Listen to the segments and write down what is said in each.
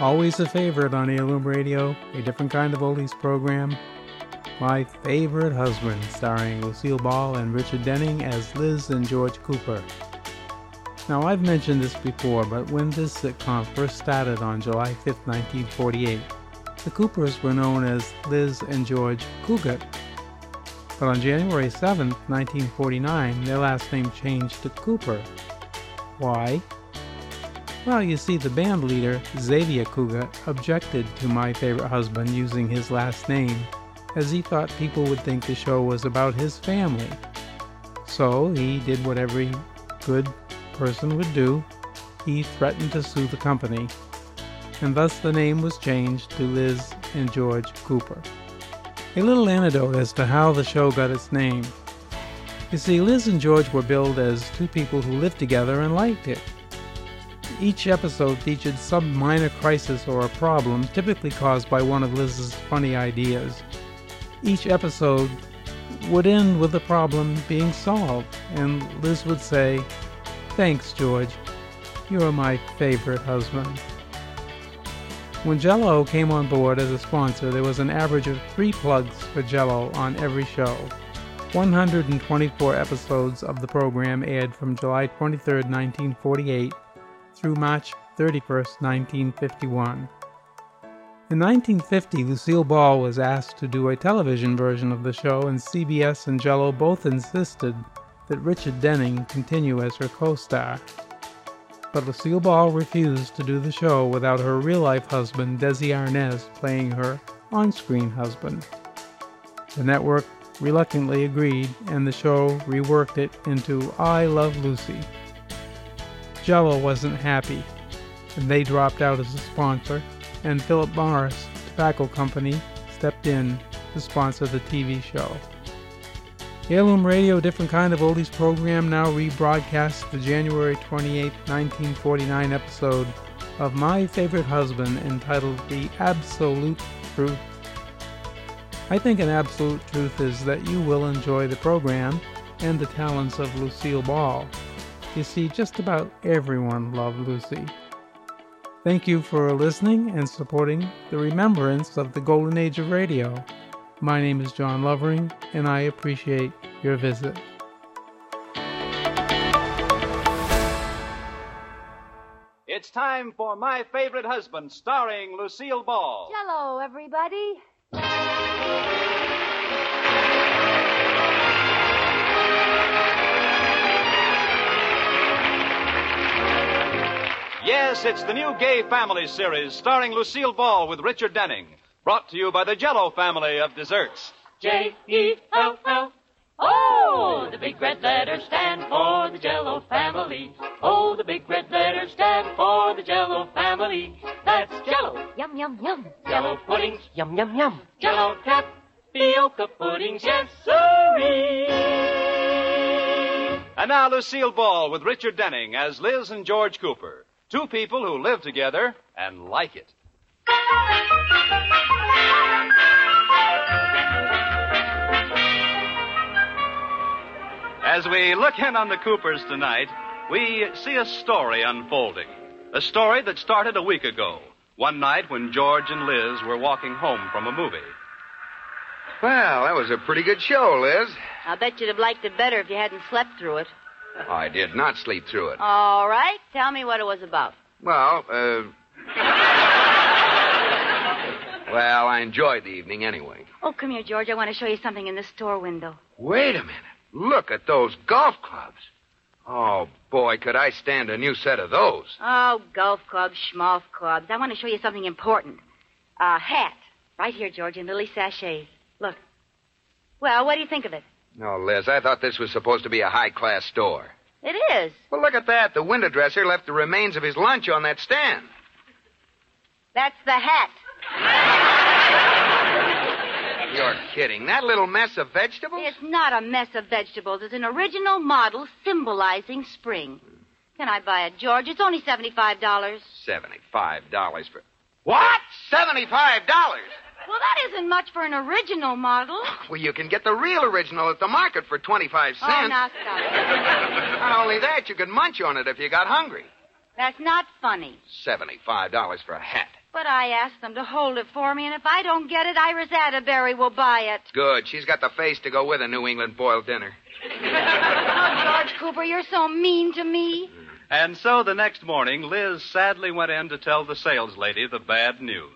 Always a favorite on Heirloom Radio, a different kind of oldies program. My Favorite Husband, starring Lucille Ball and Richard Denning as Liz and George Cooper. Now, I've mentioned this before, but when this sitcom first started on July 5, 1948, the Coopers were known as Liz and George Cougat. But on January 7, 1949, their last name changed to Cooper. Why? Well, you see, the band leader, Xavier Cougat, objected to My Favorite Husband using his last name, as he thought people would think the show was about his family. So he did what every good person would do. He threatened to sue the company, and thus the name was changed to Liz and George Cooper. A little anecdote as to how the show got its name. You see, Liz and George were billed as two people who lived together and liked it. Each episode featured some minor crisis or a problem, typically caused by one of Liz's funny ideas. Each episode would end with the problem being solved, and Liz would say, Thanks, George. You are my favorite husband. When Jello came on board as a sponsor, there was an average of three plugs for Jello on every show. 124 episodes of the program aired from July 23, 1948 through March 31, 1951. In 1950, Lucille Ball was asked to do a television version of the show, and CBS and Jello both insisted that Richard Denning continue as her co star but Lucille Ball refused to do the show without her real life husband, Desi Arnaz, playing her on screen husband. The network reluctantly agreed, and the show reworked it into I Love Lucy. Jello wasn't happy, and they dropped out as a sponsor, and Philip Morris Tobacco Company stepped in to sponsor the TV show. Heirloom Radio, different kind of oldies program, now rebroadcasts the January 28, 1949 episode of My Favorite Husband entitled The Absolute Truth. I think an absolute truth is that you will enjoy the program and the talents of Lucille Ball. You see, just about everyone loved Lucy. Thank you for listening and supporting the remembrance of the golden age of radio. My name is John Lovering, and I appreciate your visit. It's time for My Favorite Husband, starring Lucille Ball. Hello, everybody. Yes, it's the new Gay Family series, starring Lucille Ball with Richard Denning. Brought to you by the Jello family of desserts. J E L L. Oh, the big red letters stand for the Jello family. Oh, the big red letters stand for the Jello family. That's Jello, Yum, yum, yum. Jello puddings, Yum, yum, yum. Jello tapioca puddings, yes sirree. And now Lucille Ball with Richard Denning as Liz and George Cooper. Two people who live together and like it. As we look in on the Coopers tonight, we see a story unfolding. A story that started a week ago, one night when George and Liz were walking home from a movie. Well, that was a pretty good show, Liz. I'll bet you'd have liked it better if you hadn't slept through it. I did not sleep through it. All right, tell me what it was about. Well, uh. well, I enjoyed the evening anyway. Oh, come here, George. I want to show you something in this store window. Wait a minute. Look at those golf clubs. Oh, boy, could I stand a new set of those. Oh, golf clubs, schmolf clubs. I want to show you something important. A hat. Right here, George, in Lily Sachet. Look. Well, what do you think of it? No, Liz, I thought this was supposed to be a high class store. It is. Well, look at that. The window dresser left the remains of his lunch on that stand. That's the hat. You're kidding. That little mess of vegetables? It's not a mess of vegetables. It's an original model symbolizing spring. Can I buy it, George? It's only $75. Well, $75 for. What? $75? that isn't much for an original model. Well, you can get the real original at the market for 25 cents. Oh, now stop it. Not only that, you could munch on it if you got hungry. That's not funny. $75 for a hat. But I asked them to hold it for me, and if I don't get it, Iris Atterbury will buy it. Good. She's got the face to go with a New England boiled dinner. George Cooper, you're so mean to me. And so the next morning, Liz sadly went in to tell the sales lady the bad news.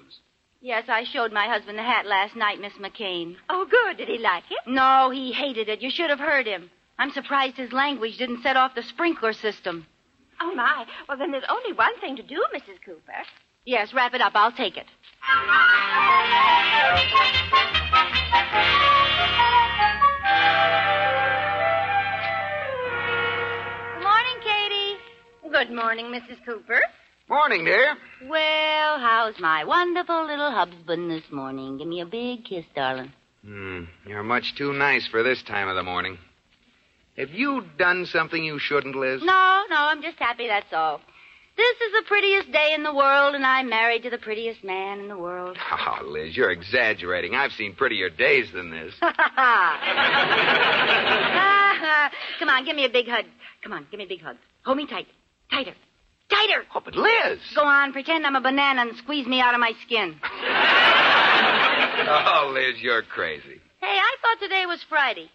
Yes, I showed my husband the hat last night, Miss McCain. Oh, good. Did he like it? No, he hated it. You should have heard him. I'm surprised his language didn't set off the sprinkler system. Oh, my. Well, then there's only one thing to do, Mrs. Cooper. Yes, wrap it up. I'll take it. Good morning, Katie. Good morning, Mrs. Cooper. Morning, dear. Well, how's my wonderful little husband this morning? Give me a big kiss, darling. Hmm, you're much too nice for this time of the morning. Have you done something you shouldn't, Liz? No, no, I'm just happy, that's all. This is the prettiest day in the world, and I'm married to the prettiest man in the world. Oh, Liz, you're exaggerating. I've seen prettier days than this. Ha ha! Come on, give me a big hug. Come on, give me a big hug. Hold me tight. Tighter. Tighter! Oh, but Liz! Go on, pretend I'm a banana and squeeze me out of my skin. Oh, Liz, you're crazy. Hey, I thought today was Friday.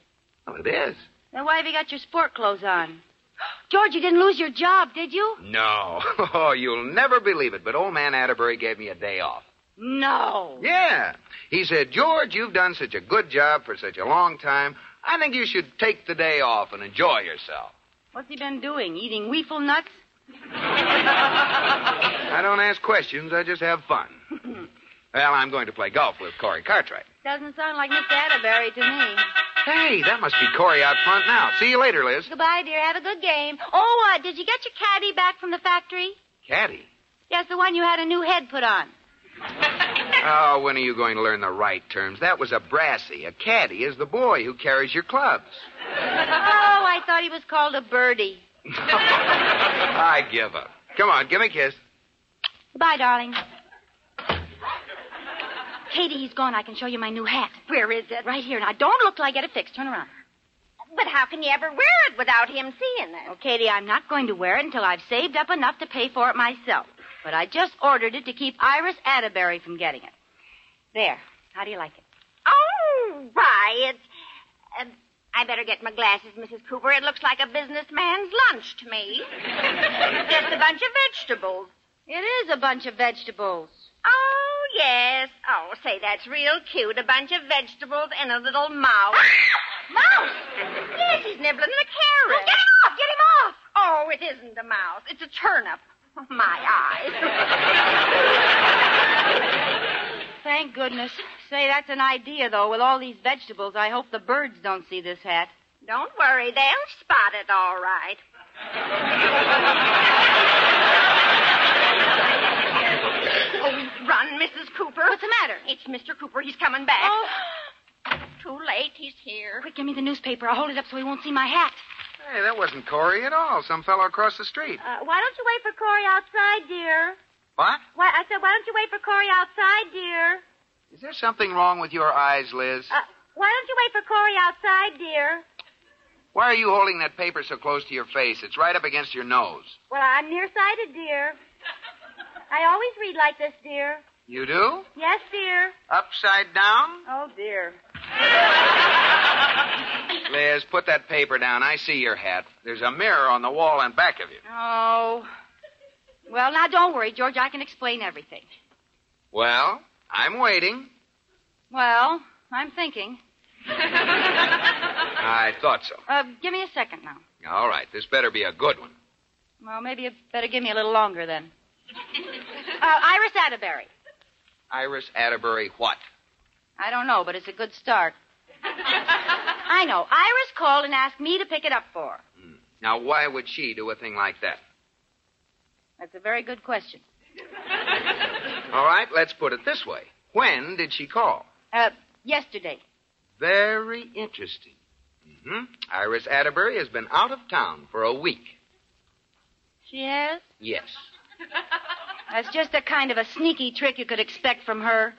Oh, it is. Then why have you got your sport clothes on? George, you didn't lose your job, did you? No. Oh, you'll never believe it, but old man Atterbury gave me a day off. No. Yeah. He said, George, you've done such a good job for such a long time. I think you should take the day off and enjoy yourself. What's he been doing? Eating weeful nuts? I don't ask questions, I just have fun. well, I'm going to play golf with Corey Cartwright. Doesn't sound like Miss Atterbury to me. Hey, that must be Corey out front now. See you later, Liz. Goodbye, dear. Have a good game. Oh, uh, did you get your caddy back from the factory? Caddy. Yes, the one you had a new head put on. Oh, when are you going to learn the right terms? That was a brassy. A caddy is the boy who carries your clubs. Oh, I thought he was called a birdie. I give up. Come on, give me a kiss. Goodbye, darling. Katie, he's gone. I can show you my new hat. Where is it? Right here. Now, don't look till I get it fixed. Turn around. But how can you ever wear it without him seeing it? Oh, Katie, I'm not going to wear it until I've saved up enough to pay for it myself. But I just ordered it to keep Iris Atterbury from getting it. There. How do you like it? Oh, why, it's. Uh, I better get my glasses, Mrs. Cooper. It looks like a businessman's lunch to me. Just a bunch of vegetables. It is a bunch of vegetables. Oh, yes. Oh, say, that's real cute. A bunch of vegetables and a little mouse. Ah! mouse? Yes, he's nibbling a carrot. get him off! Get him off! Oh, it isn't a mouse. It's a turnip. Oh, my eyes. Thank goodness. Say, that's an idea, though. With all these vegetables, I hope the birds don't see this hat. Don't worry. They'll spot it all right. oh, run, Mrs. Cooper. What's the matter? It's Mr. Cooper. He's coming back. Oh, Too late. He's here. quick, give me the newspaper. I'll hold it up so he won't see my hat. Hey, that wasn't Corey at all. Some fellow across the street. Uh, why don't you wait for Corey outside, dear? What? Why, I said, why don't you wait for Corey outside, dear? Is there something wrong with your eyes, Liz? Uh, why don't you wait for Corey outside, dear? Why are you holding that paper so close to your face? It's right up against your nose. Well, I'm nearsighted, dear. I always read like this, dear. You do? Yes, dear. Upside down? Oh, dear. Liz, put that paper down. I see your hat. There's a mirror on the wall in back of you. Oh. Well, now don't worry, George. I can explain everything. Well, I'm waiting. Well, I'm thinking. I thought so. Uh, give me a second now. All right, this better be a good one. Well, maybe you better give me a little longer then. Uh, Iris Atterbury. Iris Atterbury, what? I don't know, but it's a good start. I know. Iris called and asked me to pick it up for her. Now, why would she do a thing like that? That's a very good question. All right, let's put it this way. When did she call? Uh, yesterday. Very interesting. hmm Iris Atterbury has been out of town for a week. She has? Yes. That's just the kind of a sneaky trick you could expect from her.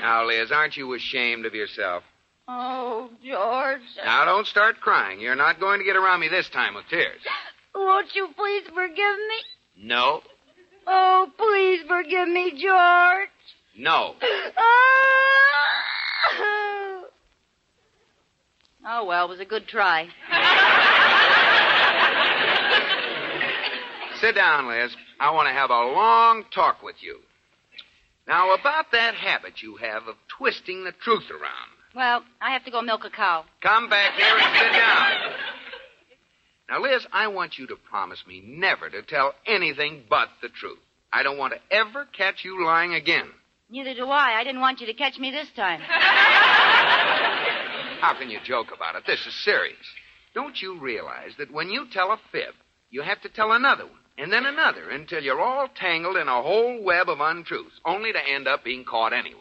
Now, Liz, aren't you ashamed of yourself? Oh, George. Now, don't start crying. You're not going to get around me this time with tears. Won't you please forgive me? No. Oh, please forgive me, George. Ah! No. Oh, well, it was a good try. Sit down, Liz. I want to have a long talk with you. Now, about that habit you have of twisting the truth around. Well, I have to go milk a cow. Come back here and sit down. Now, Liz, I want you to promise me never to tell anything but the truth. I don't want to ever catch you lying again. Neither do I. I didn't want you to catch me this time. How can you joke about it? This is serious. Don't you realize that when you tell a fib, you have to tell another one, and then another, until you're all tangled in a whole web of untruths, only to end up being caught anyway?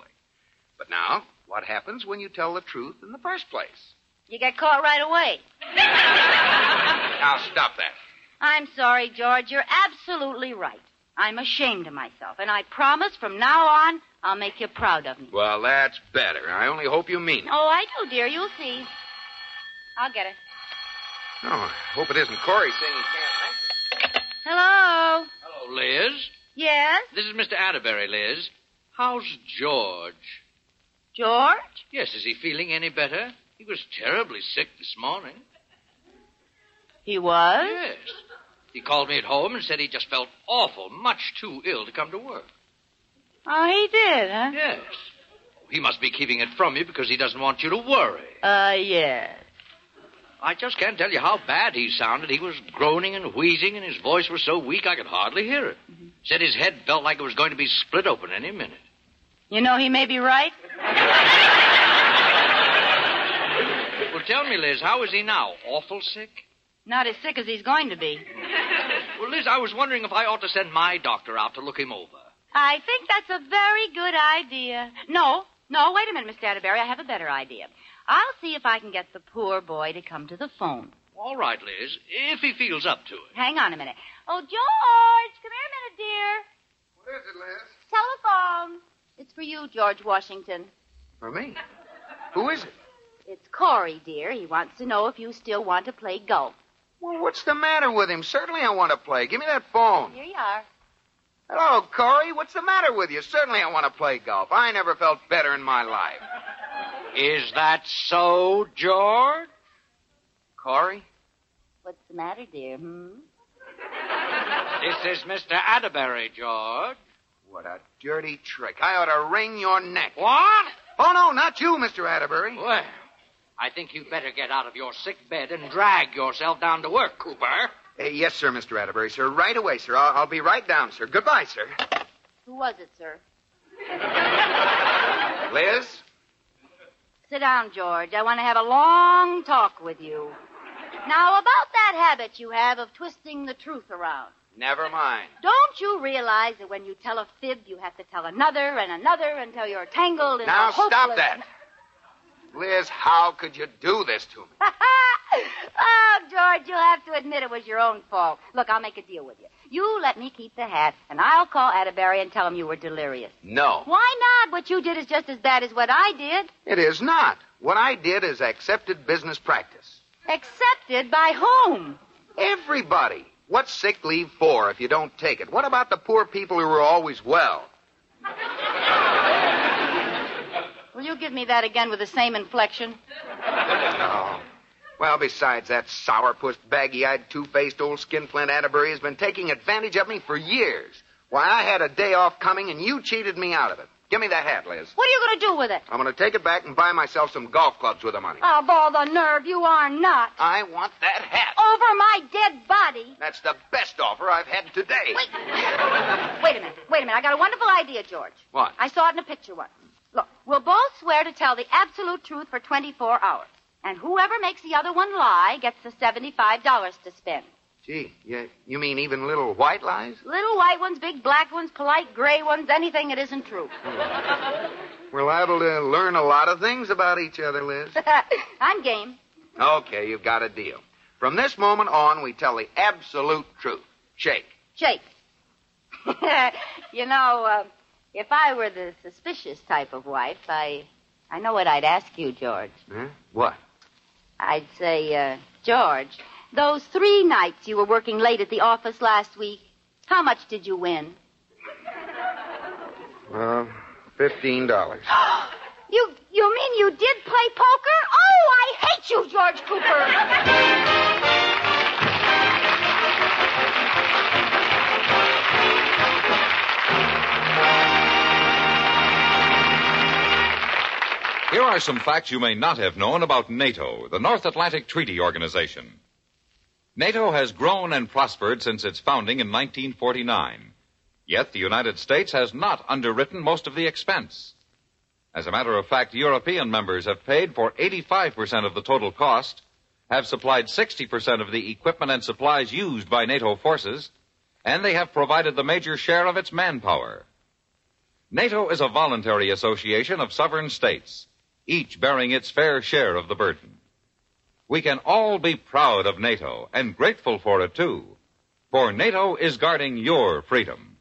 But now, what happens when you tell the truth in the first place? You got caught right away. Now, stop that. I'm sorry, George. You're absolutely right. I'm ashamed of myself, and I promise from now on I'll make you proud of me. Well, that's better. I only hope you mean it. Oh, I do, dear. You'll see. I'll get it. Oh, I hope it isn't Corey saying he can't. Hello. Hello, Liz. Yes, This is Mr. Atterbury, Liz. How's George? George. Yes, is he feeling any better? He was terribly sick this morning. He was. Yes. He called me at home and said he just felt awful, much too ill to come to work. Oh, he did, huh? Yes. He must be keeping it from you because he doesn't want you to worry. Uh, yes. I just can't tell you how bad he sounded. He was groaning and wheezing, and his voice was so weak I could hardly hear it. Said his head felt like it was going to be split open any minute. You know he may be right. Well, tell me, Liz, how is he now? Awful sick? Not as sick as he's going to be. Well, Liz, I was wondering if I ought to send my doctor out to look him over. I think that's a very good idea. No, no, wait a minute, Miss Atterbury. I have a better idea. I'll see if I can get the poor boy to come to the phone. All right, Liz, if he feels up to it. Hang on a minute. Oh, George, come here a minute, dear. What is it, Liz? Telephone. It's for you, George Washington. For me. Who is it? It's Corey, dear. He wants to know if you still want to play golf. Well, what's the matter with him? Certainly I want to play. Give me that phone. Here you are. Hello, Corey. What's the matter with you? Certainly I want to play golf. I never felt better in my life. Is that so, George? Corey? What's the matter, dear? Hmm? This is Mr. Atterbury, George. What a dirty trick. I ought to wring your neck. What? Oh, no, not you, Mr. Atterbury. Well, I think you'd better get out of your sick bed and drag yourself down to work, Cooper. Uh, yes, sir, Mr. Atterbury, sir. Right away, sir. I'll, I'll be right down, sir. Goodbye, sir. Who was it, sir? Liz? Sit down, George. I want to have a long talk with you. Now, about that habit you have of twisting the truth around. Never mind. Don't you realize that when you tell a fib, you have to tell another and another until you're tangled in a Now stop hopeless- that. Liz, how could you do this to me? oh, George, you'll have to admit it was your own fault. Look, I'll make a deal with you. You let me keep the hat, and I'll call Atterbury and tell him you were delirious. No. Why not? What you did is just as bad as what I did. It is not. What I did is accepted business practice. Accepted by whom? Everybody. What's sick leave for if you don't take it? What about the poor people who are always well? Will you give me that again with the same inflection? Oh. Well, besides that sourpuss, baggy-eyed, two-faced old skinflint Atterbury has been taking advantage of me for years. Why, I had a day off coming, and you cheated me out of it. Give me that hat, Liz. What are you going to do with it? I'm going to take it back and buy myself some golf clubs with the money. Oh, ball the nerve, you are not. I want that hat. Over my dead body. That's the best offer I've had today. Wait. Wait a minute. Wait a minute. I got a wonderful idea, George. What? I saw it in a picture once. Look, we'll both swear to tell the absolute truth for 24 hours. And whoever makes the other one lie gets the $75 to spend. Gee, you, you mean even little white lies? Little white ones, big black ones, polite gray ones, anything that isn't true. We're liable to learn a lot of things about each other, Liz. I'm game. okay, you've got a deal. From this moment on, we tell the absolute truth. Shake. Shake. you know, uh, if I were the suspicious type of wife, I, I know what I'd ask you, George. Huh? What? I'd say, uh, George, those three nights you were working late at the office last week, how much did you win? Well, fifteen dollars. You you mean you did play poker? Oh, I hate you, George Cooper. Here are some facts you may not have known about NATO, the North Atlantic Treaty Organization. NATO has grown and prospered since its founding in 1949. Yet the United States has not underwritten most of the expense. As a matter of fact, European members have paid for 85% of the total cost, have supplied 60% of the equipment and supplies used by NATO forces, and they have provided the major share of its manpower. NATO is a voluntary association of sovereign states, each bearing its fair share of the burden. We can all be proud of NATO and grateful for it too, for NATO is guarding your freedom.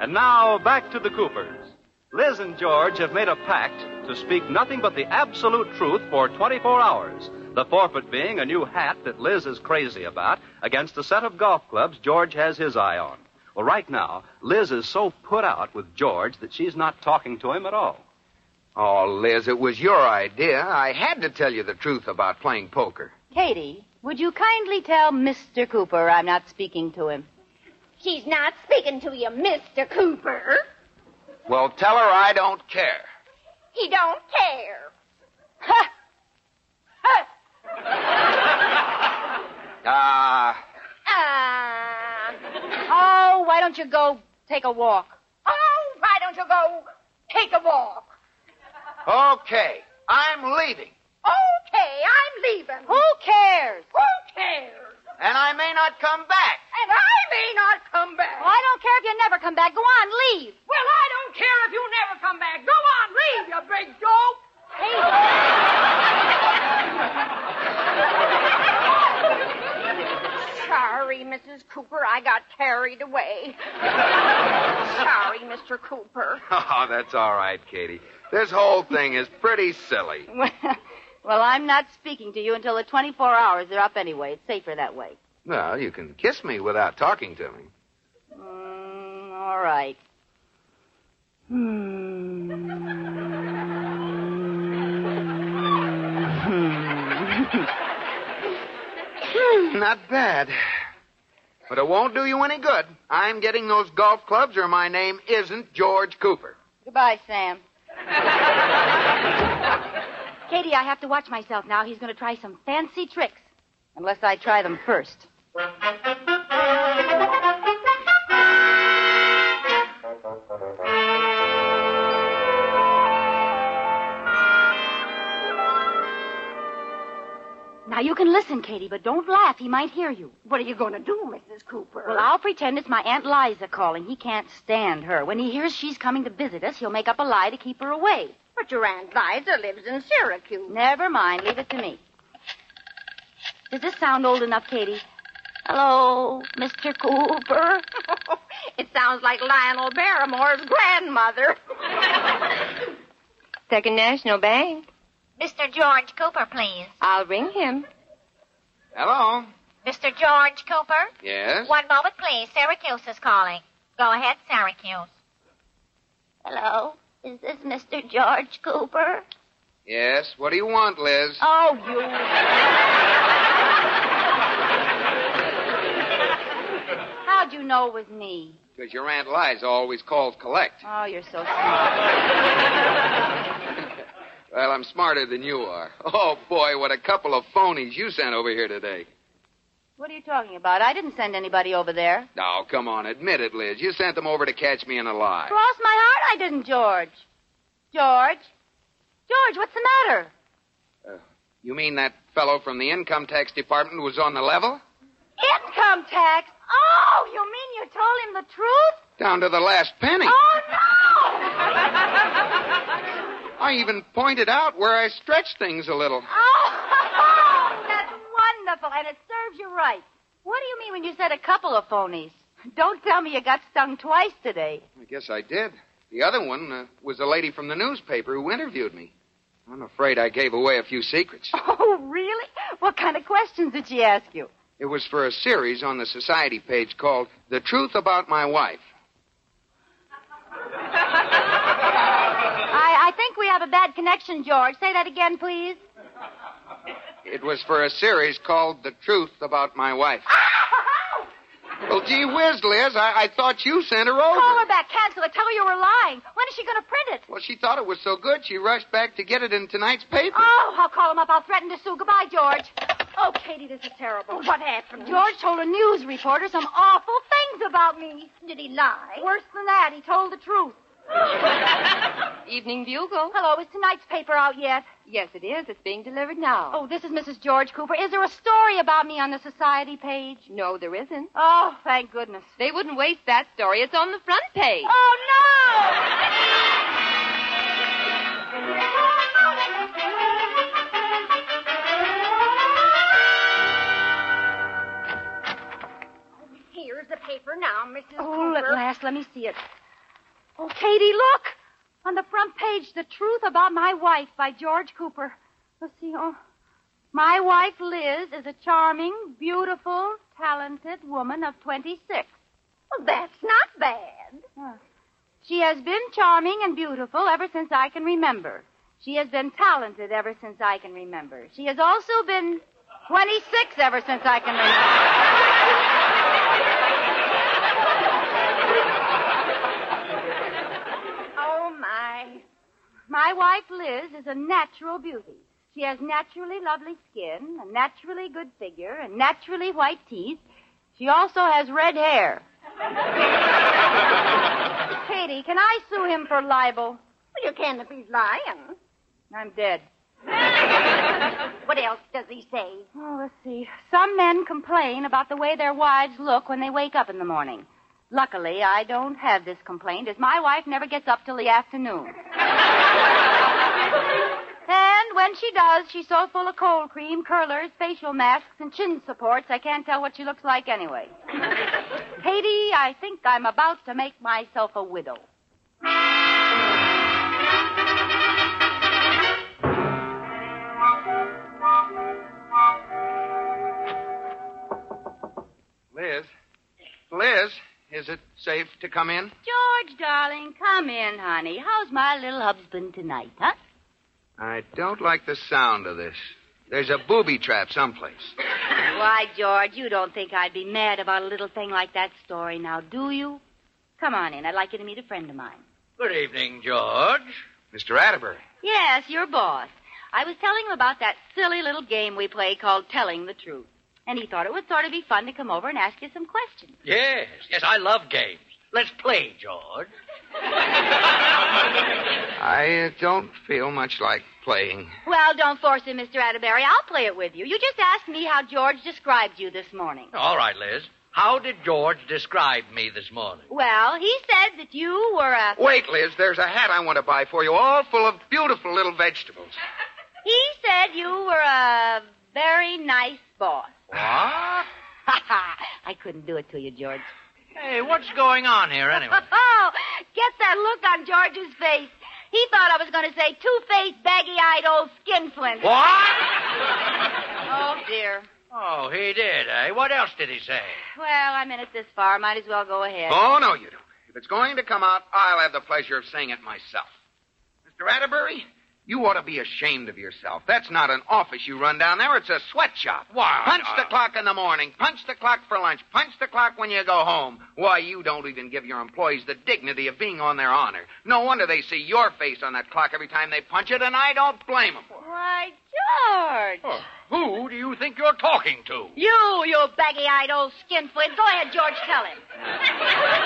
And now back to the Coopers. Liz and George have made a pact to speak nothing but the absolute truth for 24 hours. The forfeit being a new hat that Liz is crazy about against a set of golf clubs George has his eye on. Well, right now, Liz is so put out with George that she's not talking to him at all. Oh, Liz, it was your idea. I had to tell you the truth about playing poker. Katie, would you kindly tell Mr. Cooper I'm not speaking to him? She's not speaking to you, Mr. Cooper. Well, tell her I don't care. He don't care. Ha! Ah, Ah. Oh, why don't you go take a walk? oh, why don't you go take a walk? okay. I'm leaving, Okay, I'm leaving. Who cares? Who cares? and I may not come back. And I may not come back. Well, I don't care if you never come back. Go on, leave. Well, I don't care if you never come back. Go on, leave, you big dope. Sorry, Mrs. Cooper, I got carried away. Sorry, Mr. Cooper. Oh, that's all right, Katie. This whole thing is pretty silly. well, I'm not speaking to you until the 24 hours are up anyway. It's safer that way. Well, you can kiss me without talking to me. Mm, all right. Hmm. Not bad. But it won't do you any good. I'm getting those golf clubs, or my name isn't George Cooper. Goodbye, Sam. Katie, I have to watch myself now. He's going to try some fancy tricks. Unless I try them first. Now you can listen, Katie, but don't laugh. He might hear you. What are you going to do, Mrs. Cooper? Well, I'll pretend it's my Aunt Liza calling. He can't stand her. When he hears she's coming to visit us, he'll make up a lie to keep her away. But your Aunt Liza lives in Syracuse. Never mind. Leave it to me. Does this sound old enough, Katie? Hello, Mr. Cooper. it sounds like Lionel Barrymore's grandmother. Second National Bank. Mr. George Cooper, please. I'll ring him. Hello? Mr. George Cooper? Yes? One moment, please. Syracuse is calling. Go ahead, Syracuse. Hello. Is this Mr. George Cooper? Yes? What do you want, Liz? Oh, you. How'd you know it was me? Because your Aunt Liza always calls collect. Oh, you're so smart. Well, I'm smarter than you are. Oh, boy, what a couple of phonies you sent over here today. What are you talking about? I didn't send anybody over there. Now, come on, admit it, Liz. You sent them over to catch me in a lie. Cross my heart, I didn't, George. George? George, what's the matter? You mean that fellow from the income tax department was on the level? Income tax. Oh, you mean you told him the truth? Down to the last penny. Oh, no! I even pointed out where I stretched things a little. Oh, that's wonderful, and it serves you right. What do you mean when you said a couple of phonies? Don't tell me you got stung twice today. I guess I did. The other one uh, was a lady from the newspaper who interviewed me. I'm afraid I gave away a few secrets. Oh, really? What kind of questions did she ask you? It was for a series on the society page called The Truth About My Wife. I, I think we have a bad connection, George. Say that again, please. It was for a series called The Truth About My Wife. well, gee whiz, Liz, I, I thought you sent her over. Oh. Call her back. Oh, Cancel it. Tell her you were lying. When is she going to print it? Well, she thought it was so good, she rushed back to get it in tonight's paper. Oh, I'll call him up. I'll threaten to sue. Goodbye, George. Oh, Katie, this is terrible. What happened? George told a news reporter some awful things about me. Did he lie? Worse than that, he told the truth. Evening Bugle. Hello, is tonight's paper out yet? Yes, it is. It's being delivered now. Oh, this is Mrs. George Cooper. Is there a story about me on the society page? No, there isn't. Oh, thank goodness. They wouldn't waste that story. It's on the front page. Oh, no! Here's the paper now, Mrs. Oh, Cooper. at last, let me see it. Oh, Katie, look! On the front page, The Truth About My Wife by George Cooper. Let's see. Oh. My wife, Liz, is a charming, beautiful, talented woman of 26. Well, that's not bad. She has been charming and beautiful ever since I can remember. She has been talented ever since I can remember. She has also been 26 ever since I can remember. oh, my. My wife, Liz, is a natural beauty. She has naturally lovely skin, a naturally good figure, and naturally white teeth. She also has red hair. Katie, can I sue him for libel? Well, you can if he's lying. I'm dead. What else does he say? Oh, let's see. Some men complain about the way their wives look when they wake up in the morning. Luckily, I don't have this complaint, as my wife never gets up till the afternoon. and when she does, she's so full of cold cream, curlers, facial masks, and chin supports, I can't tell what she looks like anyway. Katie, I think I'm about to make myself a widow. Liz? Liz, is it safe to come in? George, darling, come in, honey. How's my little husband tonight, huh? I don't like the sound of this. There's a booby trap someplace. Why, George, you don't think I'd be mad about a little thing like that story now, do you? Come on in. I'd like you to meet a friend of mine. Good evening, George. Mr. Atterbury. Yes, your boss. I was telling him about that silly little game we play called Telling the Truth. And he thought it would sort of be fun to come over and ask you some questions. Yes, yes, I love games. Let's play, George. I uh, don't feel much like playing. Well, don't force it, Mr. Atterbury. I'll play it with you. You just asked me how George described you this morning. All right, Liz. How did George describe me this morning? Well, he said that you were a. Wait, Liz, there's a hat I want to buy for you, all full of beautiful little vegetables. He said you were a very nice boss. What? Ha ha! I couldn't do it to you, George. Hey, what's going on here anyway? Oh, get that look on George's face. He thought I was going to say two-faced, baggy-eyed old skinflint. What? Oh, dear. Oh, he did, eh? What else did he say? Well, I'm in it this far. Might as well go ahead. Oh, no, you don't. If it's going to come out, I'll have the pleasure of saying it myself. Mr. Atterbury, you ought to be ashamed of yourself. That's not an office you run down there. It's a sweatshop. Why, Punch the uh, clock in the morning. Punch the clock for lunch. Punch the clock when you go home. Why, you don't even give your employees the dignity of being on their honor. No wonder they see your face on that clock every time they punch it, and I don't blame them. Why, George. Oh, who do you think you're talking to? You, you baggy-eyed old skinflint. Go ahead, George, tell him.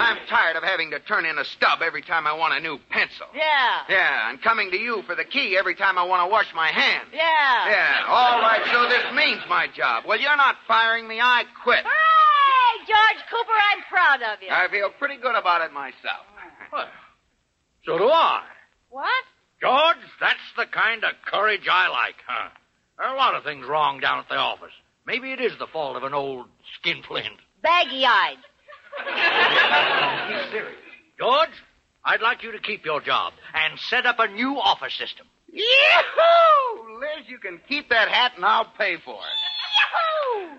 I'm tired of having to turn in a stub every time I want a new pencil. Yeah. Yeah, and coming to you for the key every time I want to wash my hands. Yeah. Yeah, all right, so this means my job. Well, you're not firing me. I quit. Hooray, George Cooper, I'm proud of you. I feel pretty good about it myself. Well, so do I. What? George, that's the kind of courage I like, huh? There are a lot of things wrong down at the office. Maybe it is the fault of an old skinflint. Baggy-eyed. He's serious. George, I'd like you to keep your job and set up a new office system. Yahoo! Liz, you can keep that hat and I'll pay for it. Yahoo!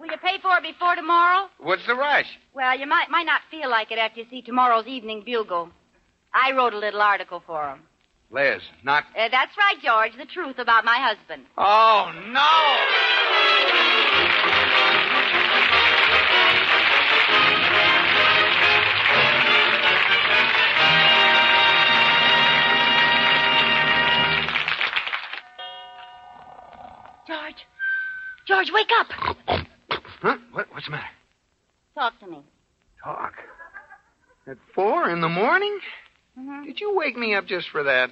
Will you pay for it before tomorrow? What's the rush? Well, you might might not feel like it after you see tomorrow's Evening Bugle. I wrote a little article for 'em. Liz, not. Uh, that's right, George. The truth about my husband. Oh, no! George. George, wake up. Huh? What, what's the matter? Talk to me. Talk. At four in the morning? Mhm. Did you wake me up just for that?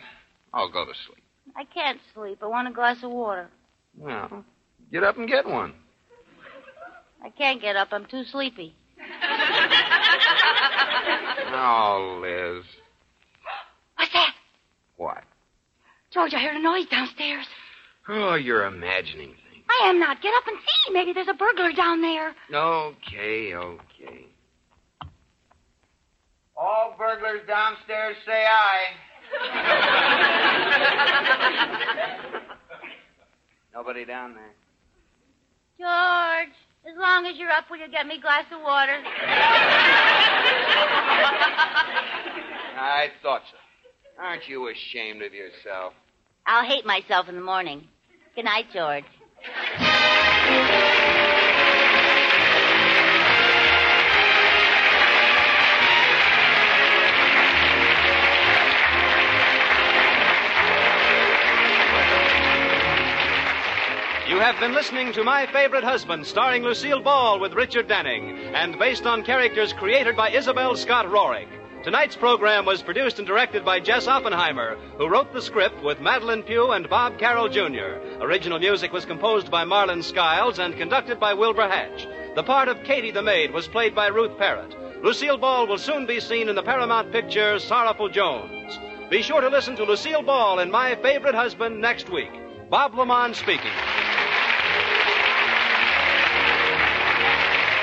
I'll go to sleep. I can't sleep. I want a glass of water. Well, get up and get one. I can't get up. I'm too sleepy. Oh, Liz. What's that? What? George, I heard a noise downstairs. Oh, you're imagining things. I am not. Get up and see. Maybe there's a burglar down there. Okay, okay. All burglars downstairs say aye. Nobody down there. George, as long as you're up, will you get me a glass of water? I thought so. Aren't you ashamed of yourself? I'll hate myself in the morning. Good night, George. You have been listening to My Favorite Husband, starring Lucille Ball with Richard Denning, and based on characters created by Isabel Scott Rohrig. Tonight's program was produced and directed by Jess Oppenheimer, who wrote the script with Madeline Pugh and Bob Carroll Jr. Original music was composed by Marlon Skiles and conducted by Wilbur Hatch. The part of Katie the Maid was played by Ruth Parrott. Lucille Ball will soon be seen in the Paramount picture Sorrowful Jones. Be sure to listen to Lucille Ball in My Favorite Husband next week. Bob Lamont speaking.